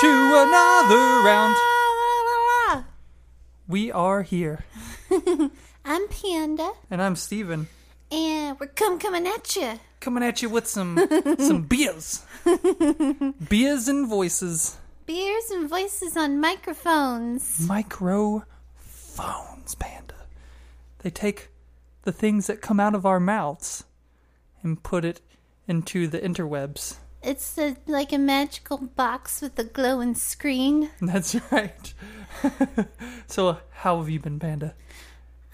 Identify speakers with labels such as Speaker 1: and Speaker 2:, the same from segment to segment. Speaker 1: to another round. We are here.
Speaker 2: I'm Panda,
Speaker 1: And I'm Steven.
Speaker 2: and we're come coming at you.
Speaker 1: Coming at you with some some beers. beers and voices.
Speaker 2: Beers and voices on microphones.
Speaker 1: Microphones, Panda. They take the things that come out of our mouths and put it into the interwebs.
Speaker 2: It's a, like a magical box with a glowing screen.
Speaker 1: That's right. so, how have you been, Panda?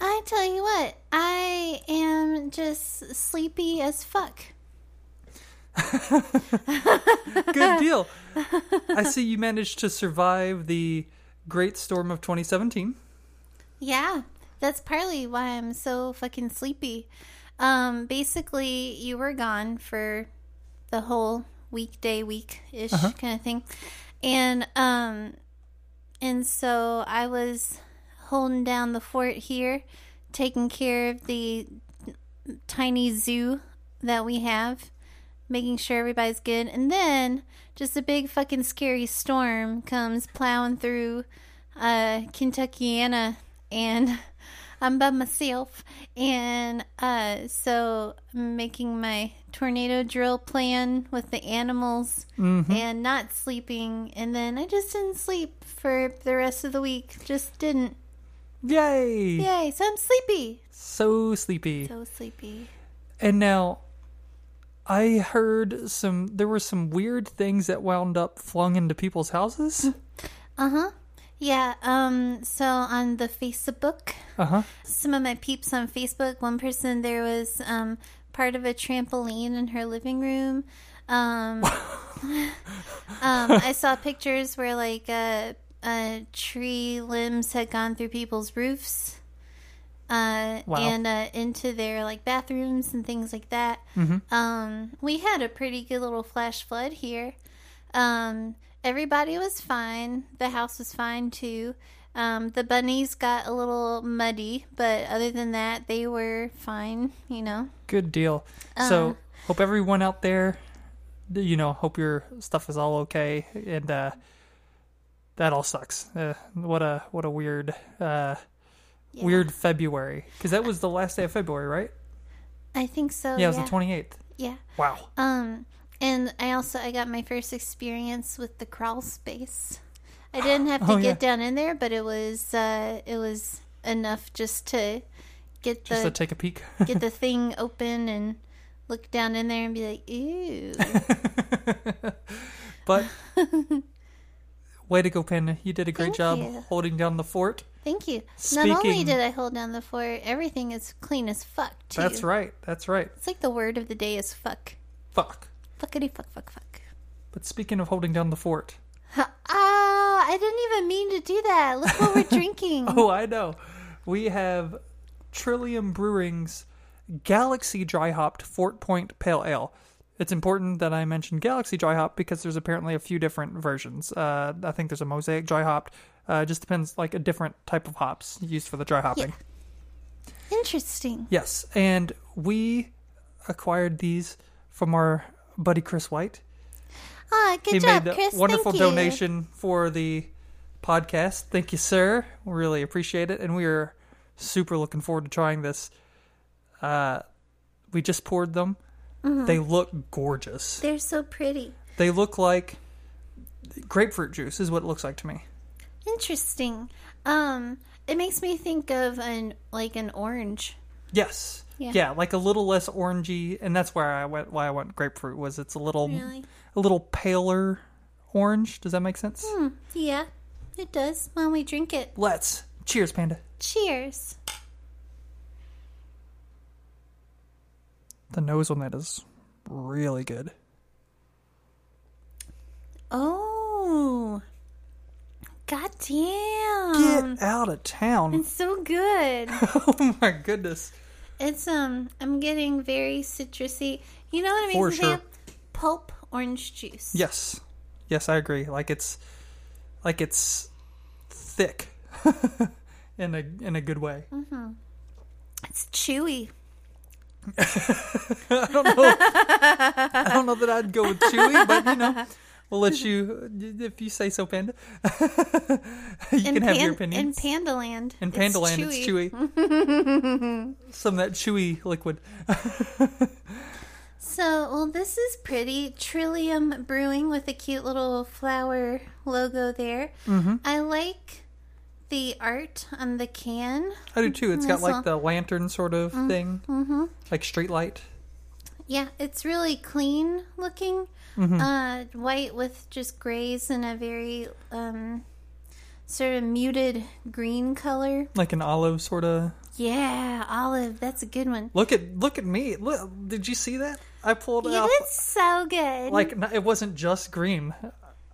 Speaker 2: I tell you what, I am just sleepy as fuck.
Speaker 1: Good deal. I see you managed to survive the great storm of 2017.
Speaker 2: Yeah, that's partly why I'm so fucking sleepy. Um, basically, you were gone for the whole weekday week ish kind of thing, and um, and so I was holding down the fort here, taking care of the tiny zoo that we have, making sure everybody's good, and then just a big fucking scary storm comes plowing through uh, Kentuckiana, and I'm by myself, and uh, so I'm making my tornado drill plan with the animals and not sleeping, and then I just didn't sleep for the rest of the week, just didn't.
Speaker 1: Yay!
Speaker 2: Yay! So I'm sleepy,
Speaker 1: So sleepy.
Speaker 2: so sleepy.
Speaker 1: And now, I heard some. There were some weird things that wound up flung into people's houses.
Speaker 2: Uh huh. Yeah. Um. So on the Facebook.
Speaker 1: Uh huh.
Speaker 2: some of my peeps on Facebook. One person there was um, part of a trampoline in her living room. Um, um, I saw pictures where like uh, uh, tree limbs had gone through people's roofs. Uh,
Speaker 1: Wow.
Speaker 2: and uh, into their like bathrooms and things like that. Um, we had a pretty good little flash flood here. Um, everybody was fine. The house was fine too. Um, the bunnies got a little muddy, but other than that, they were fine. You know,
Speaker 1: Good deal.
Speaker 2: Uh.
Speaker 1: so, hope everyone out there, you know, hope your stuff is all okay. And uh, that all sucks. Uh, what a what a weird uh, weird February because that was the last day of February, right?
Speaker 2: I think so.
Speaker 1: yeah, it was the twenty eighth.
Speaker 2: Oh, Yeah.
Speaker 1: Wow.
Speaker 2: Um, and I also I got my first experience with the crawl space. I didn't have to
Speaker 1: Oh,
Speaker 2: get
Speaker 1: yeah.
Speaker 2: down in there, but it was uh, it was enough just to get
Speaker 1: Just
Speaker 2: the
Speaker 1: to take a peek.
Speaker 2: get the thing open and look down in there and be like, ooh.
Speaker 1: but way to go, Panda. You did a great
Speaker 2: Thank
Speaker 1: job
Speaker 2: you.
Speaker 1: holding down the fort.
Speaker 2: Thank you. Not only
Speaker 1: Speaking-
Speaker 2: did I hold down the fort, everything is clean as fuck too.
Speaker 1: That's right. That's right.
Speaker 2: It's like the word of the day is fuck.
Speaker 1: Fuck.
Speaker 2: Fuckity fuck fuck fuck.
Speaker 1: But speaking of holding down the fort,
Speaker 2: Ah, I didn't even mean to do that. Look what we're drinking.
Speaker 1: oh, I know. We have Trillium Brewing's Galaxy Dry Hopped Fort Point Pale Ale. It's important that I mention Galaxy Dry Hop because there's apparently a few different versions. Uh, I think there's a Mosaic Dry Hopped. Uh, it just depends, like a different type of hops used for the dry hopping.
Speaker 2: Interesting.
Speaker 1: Yes, and we acquired these from our buddy Chris White.
Speaker 2: Ah, good
Speaker 1: he
Speaker 2: job,
Speaker 1: made the
Speaker 2: Chris.
Speaker 1: wonderful
Speaker 2: Thank you.
Speaker 1: donation for the podcast. Thank you, sir. We really appreciate it, and we are super looking forward to trying this. Uh, we just poured them.
Speaker 2: Mm-hmm.
Speaker 1: They look gorgeous.
Speaker 2: They're so pretty.
Speaker 1: They look like grapefruit juice is what it looks like to me.
Speaker 2: Interesting. Um, it makes me think of an like an orange.
Speaker 1: Yes.
Speaker 2: Yeah.
Speaker 1: like a little less orangey, and that's where I went. Why I went grapefruit was it's a little,
Speaker 2: Really?
Speaker 1: a little paler orange. Does that make sense?
Speaker 2: Hmm. Yeah, it does. When we drink it.
Speaker 1: Let's cheers, Panda.
Speaker 2: Cheers.
Speaker 1: The nose on that is really good.
Speaker 2: Oh, god
Speaker 1: Get
Speaker 2: damn!
Speaker 1: out of town!
Speaker 2: It's so good.
Speaker 1: oh my goodness!
Speaker 2: it's um, I'm getting very citrusy. You know what I mean?
Speaker 1: For sure.
Speaker 2: Pulp orange juice.
Speaker 1: Yes, yes, I agree. Like it's, like it's thick, in a in a good way.
Speaker 2: It's chewy.
Speaker 1: I don't know. I don't know that I'd go with chewy, but you know, We'll let you, if you say so, Panda. you can have your opinion.
Speaker 2: In Pandaland.
Speaker 1: In Pandaland, it's chewy. Some of that chewy liquid.
Speaker 2: So, well, this is pretty. Trillium Brewing with a cute little flower logo there.
Speaker 1: Mm-hmm.
Speaker 2: I like the art on the can.
Speaker 1: I do too. It's got
Speaker 2: Nice
Speaker 1: like
Speaker 2: one.
Speaker 1: the lantern sort of thing, uh-huh. mm-hmm. like street light.
Speaker 2: Yeah, it's really clean looking.
Speaker 1: Mm-hmm.
Speaker 2: Uh, white with just grays and a very um, sort of muted green color.
Speaker 1: like an olive sort of
Speaker 2: Yeah, olive. That's a good one.
Speaker 1: look at look at me look did you see that i pulled it
Speaker 2: You
Speaker 1: off
Speaker 2: did so good.
Speaker 1: like n- it wasn't just green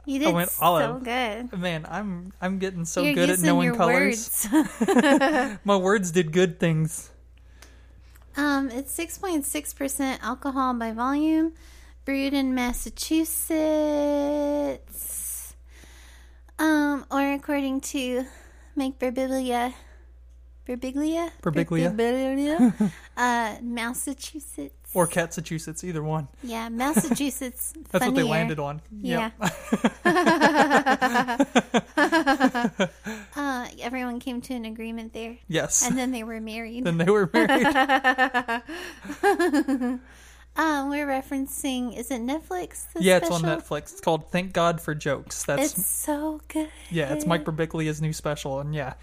Speaker 2: you did
Speaker 1: went
Speaker 2: so
Speaker 1: olive.
Speaker 2: good.
Speaker 1: man i'm i'm getting so
Speaker 2: You're
Speaker 1: good at
Speaker 2: using
Speaker 1: knowing
Speaker 2: your
Speaker 1: colors
Speaker 2: words.
Speaker 1: my words did good things
Speaker 2: Um, it's 6.6% alcohol by volume, brewed in Massachusetts. Um, or according to Mike Birbiglia. Birbiglia?
Speaker 1: Birbiglia.
Speaker 2: Birbiglia? uh, Massachusetts.
Speaker 1: or massachusetts either one
Speaker 2: Yeah, Massachusetts.
Speaker 1: that's what they
Speaker 2: Funnier.
Speaker 1: landed on
Speaker 2: Yeah.
Speaker 1: Yep.
Speaker 2: uh, everyone came to an agreement there.
Speaker 1: yes
Speaker 2: And then they were married.
Speaker 1: then they were married
Speaker 2: Um, we're referencing, is it Netflix? the
Speaker 1: yeah it's on
Speaker 2: special?
Speaker 1: netflix it's called thank god for jokes that's
Speaker 2: It's so good.
Speaker 1: Yeah, Uh-huh. it's Mike Birbiglia's new special, and yeah,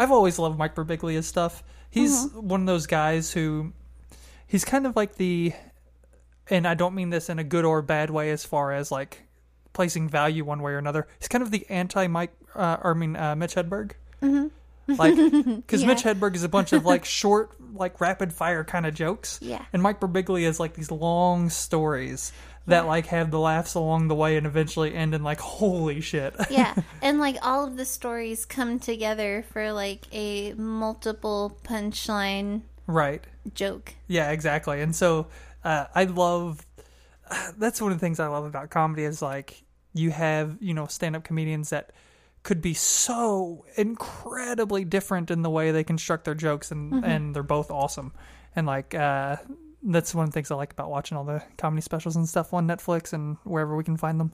Speaker 1: I've always loved Mike Birbiglia's stuff. He's one of those guys who, he's kind of like the, and I don't mean this in a good or bad way as far as like placing value one way or another. He's kind of the anti Mike, uh, or I mean uh, Mitch Hedberg. Mm-hmm. Like, because Mitch Hedberg is a bunch of like short, like rapid fire kind of jokes.
Speaker 2: Yeah.
Speaker 1: And Mike Birbiglia is like these long stories that like have the laughs along the way and eventually end in like, holy shit.
Speaker 2: yeah and like all of the stories come together for like a multiple punchline
Speaker 1: right.
Speaker 2: joke
Speaker 1: Yeah, exactly. And so uh, I love that's one of the things I love about comedy is like you have, you know, stand up comedians that could be so incredibly different in the way they construct their jokes and,
Speaker 2: Mm-hmm.
Speaker 1: and they're both awesome. And like uh, that's one of the things I like about watching all the comedy specials and stuff on Netflix and wherever we can find them.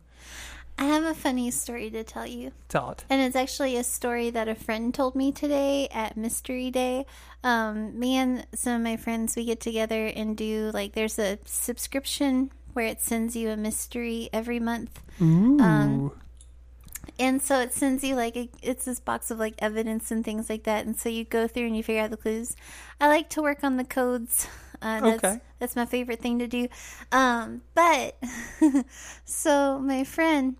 Speaker 2: i have a funny story to tell you
Speaker 1: Tell it.
Speaker 2: and it's actually a story that a friend told me today at mystery day um, me and some of my friends we get together and do like there's a subscription where it sends you a mystery every month Um,
Speaker 1: Ooh.
Speaker 2: And so it sends you like a, it's this box of like evidence and things like that, and so you go through and you figure out the clues. I like to work on the codes. Uh, that's,
Speaker 1: Okay.
Speaker 2: that's my favorite thing to do. Um, but so my friend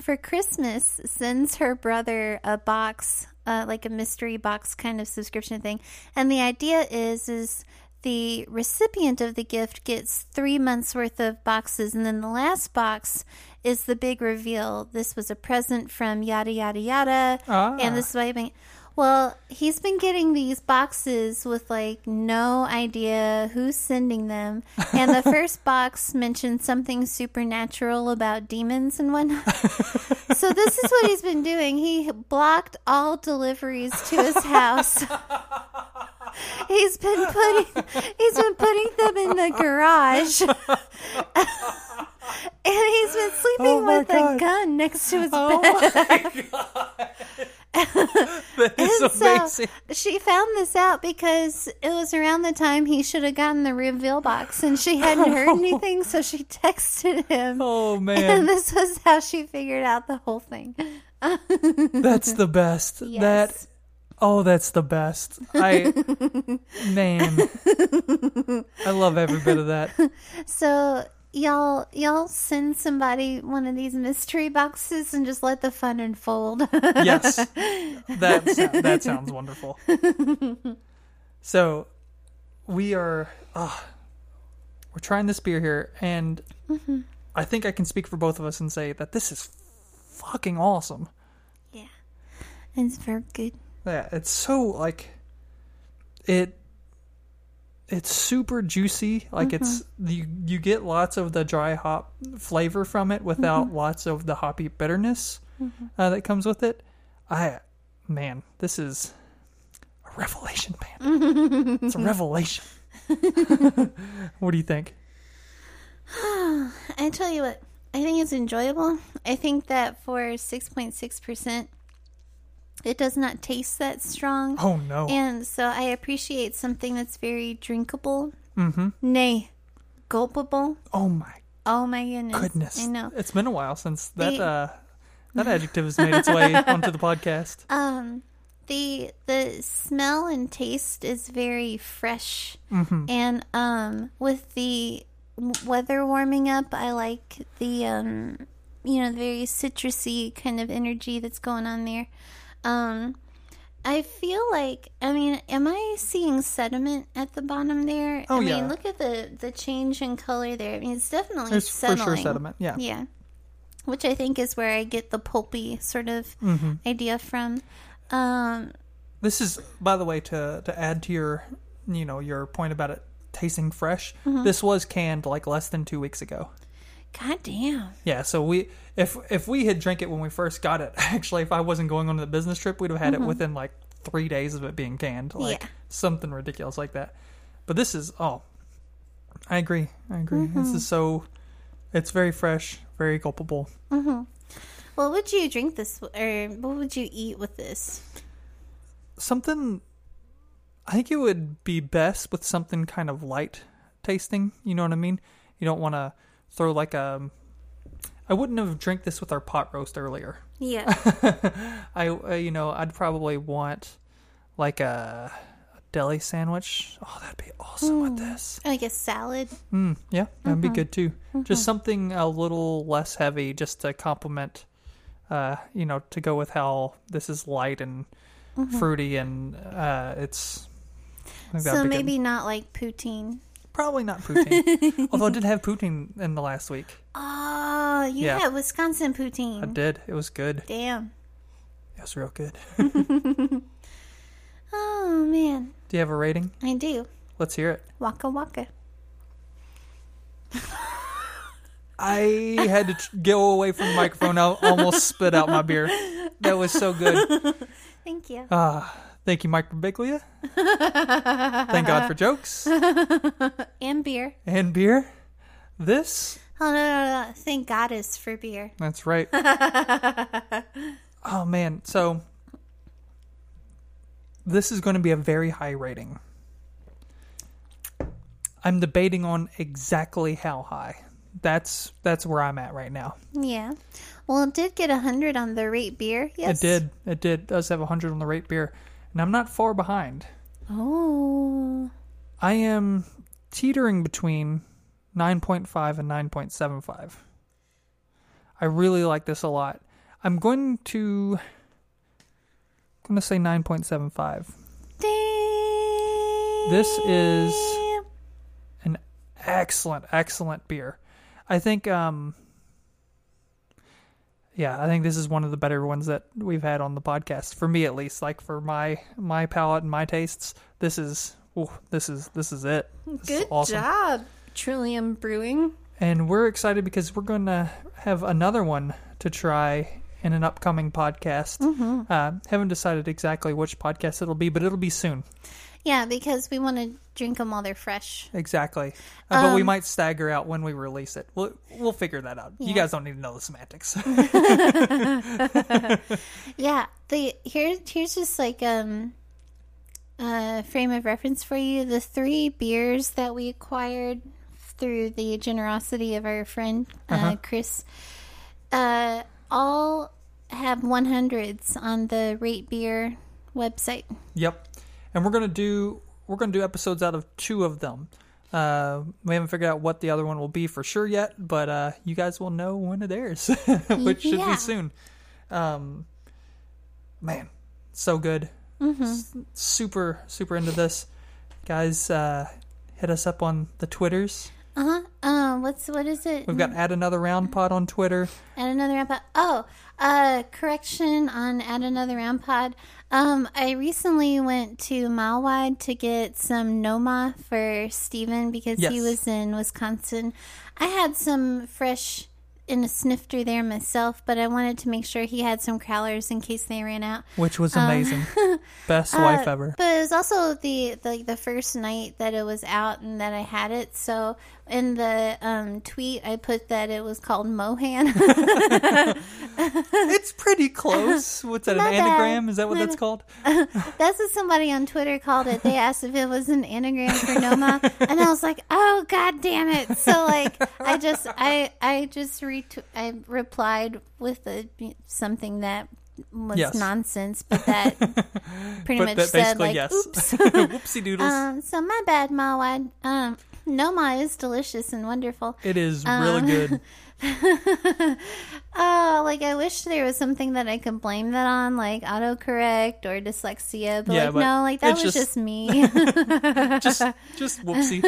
Speaker 2: for Christmas sends her brother a box, uh, like a mystery box kind of subscription thing, and the idea is is the recipient of the gift gets three months worth of boxes, and then the last box is the big reveal. This was a present from yada yada yada,
Speaker 1: Ah.
Speaker 2: and this is why. I've been- Well, he's been getting these boxes with like no idea who's sending them, and the first box mentioned something supernatural about demons and whatnot. So this is what he's been doing. He blocked all deliveries to his house. he's been putting he's been putting them in the garage. and he's been sleeping
Speaker 1: Oh my
Speaker 2: with
Speaker 1: God. Oh,
Speaker 2: a gun next to his
Speaker 1: That
Speaker 2: bed.
Speaker 1: is
Speaker 2: So
Speaker 1: amazing.
Speaker 2: she found this out because it was around the time he should have gotten the reveal box and she hadn't heard anything, so she texted him.
Speaker 1: oh
Speaker 2: And
Speaker 1: man,
Speaker 2: this was how she figured out the whole thing.
Speaker 1: that's the best. That
Speaker 2: Yes.
Speaker 1: Oh, that's the best. I man. I love every bit of that.
Speaker 2: So y'all y'all send somebody one of these mystery boxes and just let the fun unfold.
Speaker 1: Yes. That sou- that sounds wonderful. So, we are uh, we're trying this beer here and I think I can speak for both of us and say that this is fucking awesome.
Speaker 2: yeah. It's very good.
Speaker 1: Yeah, it's so like it it's super juicy. Like it's
Speaker 2: Mm-hmm.
Speaker 1: you you get lots of the dry hop flavor from it without
Speaker 2: Mm-hmm.
Speaker 1: lots of the hoppy bitterness uh, that comes with it. I man, this is a revelation, man. it's a revelation. what do you think?
Speaker 2: I tell you what, I think it's enjoyable. I think that for 6.6%, it does not taste that strong.
Speaker 1: Oh no.
Speaker 2: And so I appreciate something that's very drinkable. Mm-hmm. Nay, gulpable.
Speaker 1: oh my
Speaker 2: Oh my goodness.
Speaker 1: goodness.
Speaker 2: I know.
Speaker 1: It's been a while since that
Speaker 2: They-
Speaker 1: uh that adjective has made its way onto the podcast.
Speaker 2: Um, the the smell and taste is very fresh,
Speaker 1: Mm-hmm.
Speaker 2: and um, with the w- weather warming up, I like the um, you know, the very citrusy kind of energy that's going on there. Um, I feel like I mean, am I seeing sediment at the bottom there?
Speaker 1: Oh,
Speaker 2: I
Speaker 1: yeah.
Speaker 2: mean, look at the the change in color there. I mean, it's definitely
Speaker 1: It's for sure
Speaker 2: settling.
Speaker 1: sediment. Yeah.
Speaker 2: Yeah. Which I think is where I get the pulpy sort of
Speaker 1: Mm-hmm.
Speaker 2: idea from. Um,
Speaker 1: This is by the way to to add to your you know your point about it tasting fresh. This was canned like less than 2 weeks ago.
Speaker 2: God damn.
Speaker 1: Yeah, so we if if we had drank it when we first got it, actually if I wasn't going on the business trip, we'd have had it within like 3 days of it being canned, like
Speaker 2: Yeah.
Speaker 1: something ridiculous like that. But this is oh I agree. I agree. This is so it's very fresh, very gulpable.
Speaker 2: What would you drink this, or what would you eat with this?
Speaker 1: something I think it would be best with something kind of light tasting, you know what I mean? You don't want to throw like a I wouldn't have drank this with our pot roast earlier.
Speaker 2: Yeah.
Speaker 1: I uh, you know, I'd probably want like a deli sandwich. Oh, that'd be awesome with this.
Speaker 2: like a salad.
Speaker 1: Mm, yeah, that'd
Speaker 2: Mm-hmm.
Speaker 1: be good too. Just something a little less heavy, just to complement, uh, you know, to go with how this is light and
Speaker 2: Mm-hmm.
Speaker 1: fruity, and uh, it's. I think that'd
Speaker 2: So
Speaker 1: be good.
Speaker 2: maybe not like poutine.
Speaker 1: probably not poutine. Although I did have poutine in the last week.
Speaker 2: Oh, you
Speaker 1: Yeah.
Speaker 2: had Wisconsin
Speaker 1: I
Speaker 2: poutine.
Speaker 1: did. It was good.
Speaker 2: Damn.
Speaker 1: It was real good.
Speaker 2: Oh, man.
Speaker 1: Do you have a rating?
Speaker 2: I do.
Speaker 1: Let's hear it.
Speaker 2: Waka waka.
Speaker 1: I had to tr- go away from the microphone. I almost spit out my beer. That was so good.
Speaker 2: Thank you.
Speaker 1: Ah, thank you, Mike Birbiglia. Thank God for jokes.
Speaker 2: and beer.
Speaker 1: and beer. This,
Speaker 2: Oh, no, no, no. Thank goddess for beer.
Speaker 1: that's right. oh man, so this is going to be a very high rating. I'm debating on exactly how high. That's that's where I'm at right now.
Speaker 2: Yeah. Well, it did get 100 on the rate beer. Yes.
Speaker 1: It did. It did. It does have 100 on the rate beer, and I'm not far behind.
Speaker 2: Oh.
Speaker 1: I am teetering between 9.5 and 9.75. I really like this a lot. I'm going to I'm going to say 9.75.
Speaker 2: Damn.
Speaker 1: This is an excellent excellent beer. I think um yeah, I think this is one of the better ones that we've had on the podcast for me at least, like for my my palate and my tastes. This is ooh, this is this is it. This is
Speaker 2: Good
Speaker 1: awesome.
Speaker 2: job, Trillium Brewing.
Speaker 1: And we're excited because we're going to have another one to try in an upcoming podcast. Uh, haven't decided exactly which podcast it'll be, but it'll be soon.
Speaker 2: Yeah, because we want to drink them while they're fresh.
Speaker 1: Exactly. Uh, but we might stagger out when we release it. We'll, we'll figure that out. You guys don't need to know the semantics.
Speaker 2: Yeah, the here here's just like um a frame of reference for you. The three beers that we acquired through the generosity of our friend uh,
Speaker 1: Uh-huh.
Speaker 2: Chris, uh, all have 100s on the Rate Beer website.
Speaker 1: Yep. And we're gonna do we're gonna do episodes out of two of them. Uh, we haven't figured out what the other one will be for sure yet, but uh, you guys will know when it airs, which should
Speaker 2: Yeah.
Speaker 1: be soon. Um, man, so good.
Speaker 2: Mm-hmm.
Speaker 1: S- super super into this, guys. Uh, hit us up on the twitters.
Speaker 2: Uh huh. Uh, what's what is it?
Speaker 1: Uh-huh. We've got add another round pod on Twitter.
Speaker 2: Add another round pod. Oh, uh, correction on add another round pod. Um, I recently went to Milewide to get some Noma for Steven because
Speaker 1: Yes.
Speaker 2: he was in Wisconsin. I had some fresh in a snifter there myself, but I wanted to make sure he had some crowlers in case they ran out.
Speaker 1: which was amazing. Best wife
Speaker 2: Um, Uh,
Speaker 1: ever.
Speaker 2: But it was also the, the like the first night that it was out and that I had it. So in the um, tweet, I put that it was called Mohan.
Speaker 1: It's pretty close. What's that? An
Speaker 2: Not bad.
Speaker 1: anagram? Is that what that's called?
Speaker 2: That's what somebody on Twitter called it. They asked if it was an anagram for Noma, and I was like, "Oh God damn it!" So like, I just I I just retw- I replied with a, something that was
Speaker 1: Yes.
Speaker 2: nonsense, but that pretty
Speaker 1: But
Speaker 2: much
Speaker 1: that
Speaker 2: said
Speaker 1: basically
Speaker 2: like,
Speaker 1: yes.
Speaker 2: "Oops."
Speaker 1: Whoopsie doodles.
Speaker 2: um, so my bad, Ma. Wad. Um, Noma is delicious and wonderful.
Speaker 1: it is really
Speaker 2: um,
Speaker 1: good.
Speaker 2: Oh, like I wish there was something that I could blame that on, like autocorrect or dyslexia. But
Speaker 1: Yeah,
Speaker 2: like
Speaker 1: but
Speaker 2: no, like that
Speaker 1: it's
Speaker 2: was
Speaker 1: just-
Speaker 2: just me.
Speaker 1: Just just whoopsie.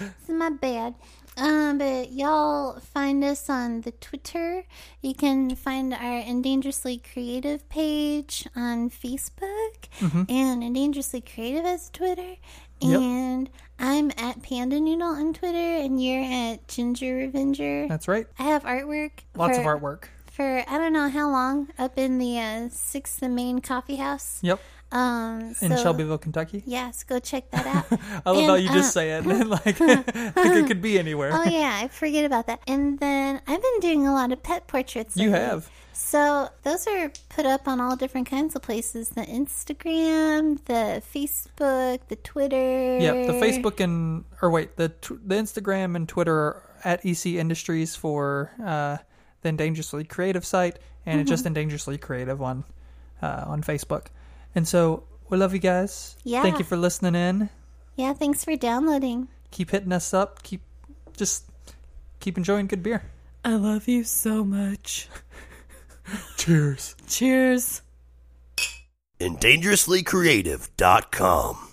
Speaker 2: It's my bad. Um, but y'all find us on the Twitter. You can find our Endangerously Creative page on Facebook and Endangerously Creative as Twitter.
Speaker 1: Mm-hmm. Yep.
Speaker 2: And I'm at Panda Noodle on Twitter, and you're at Ginger Revenger.
Speaker 1: That's right.
Speaker 2: I have artwork.
Speaker 1: Lots
Speaker 2: for,
Speaker 1: of artwork.
Speaker 2: for I don't know how long up in the uh, Sixth and Main Coffee House.
Speaker 1: Yep.
Speaker 2: Um,
Speaker 1: In
Speaker 2: so,
Speaker 1: Shelbyville, Kentucky.
Speaker 2: Yes, go check that out.
Speaker 1: I love how
Speaker 2: And,
Speaker 1: you just
Speaker 2: uh,
Speaker 1: say it. and, like I think it could be anywhere.
Speaker 2: oh yeah, I forget about that. And then I've been doing a lot of pet portraits.
Speaker 1: you
Speaker 2: lately.
Speaker 1: have.
Speaker 2: So those are put up on all different kinds of places: the Instagram, the Facebook, the Twitter.
Speaker 1: Yep, the Facebook and or wait, the tw- the Instagram and Twitter are at EC Industries for uh, the Endangerously Creative site, and it's
Speaker 2: Mm-hmm.
Speaker 1: just Endangerously Creative on uh, on Facebook. And so we love you guys.
Speaker 2: Yeah.
Speaker 1: thank you for listening in.
Speaker 2: Yeah, thanks for downloading.
Speaker 1: Keep hitting us up. Keep just keep enjoying good beer.
Speaker 3: I love you so much.
Speaker 1: Cheers.
Speaker 3: Cheers.
Speaker 4: and dangerouslycreative.com.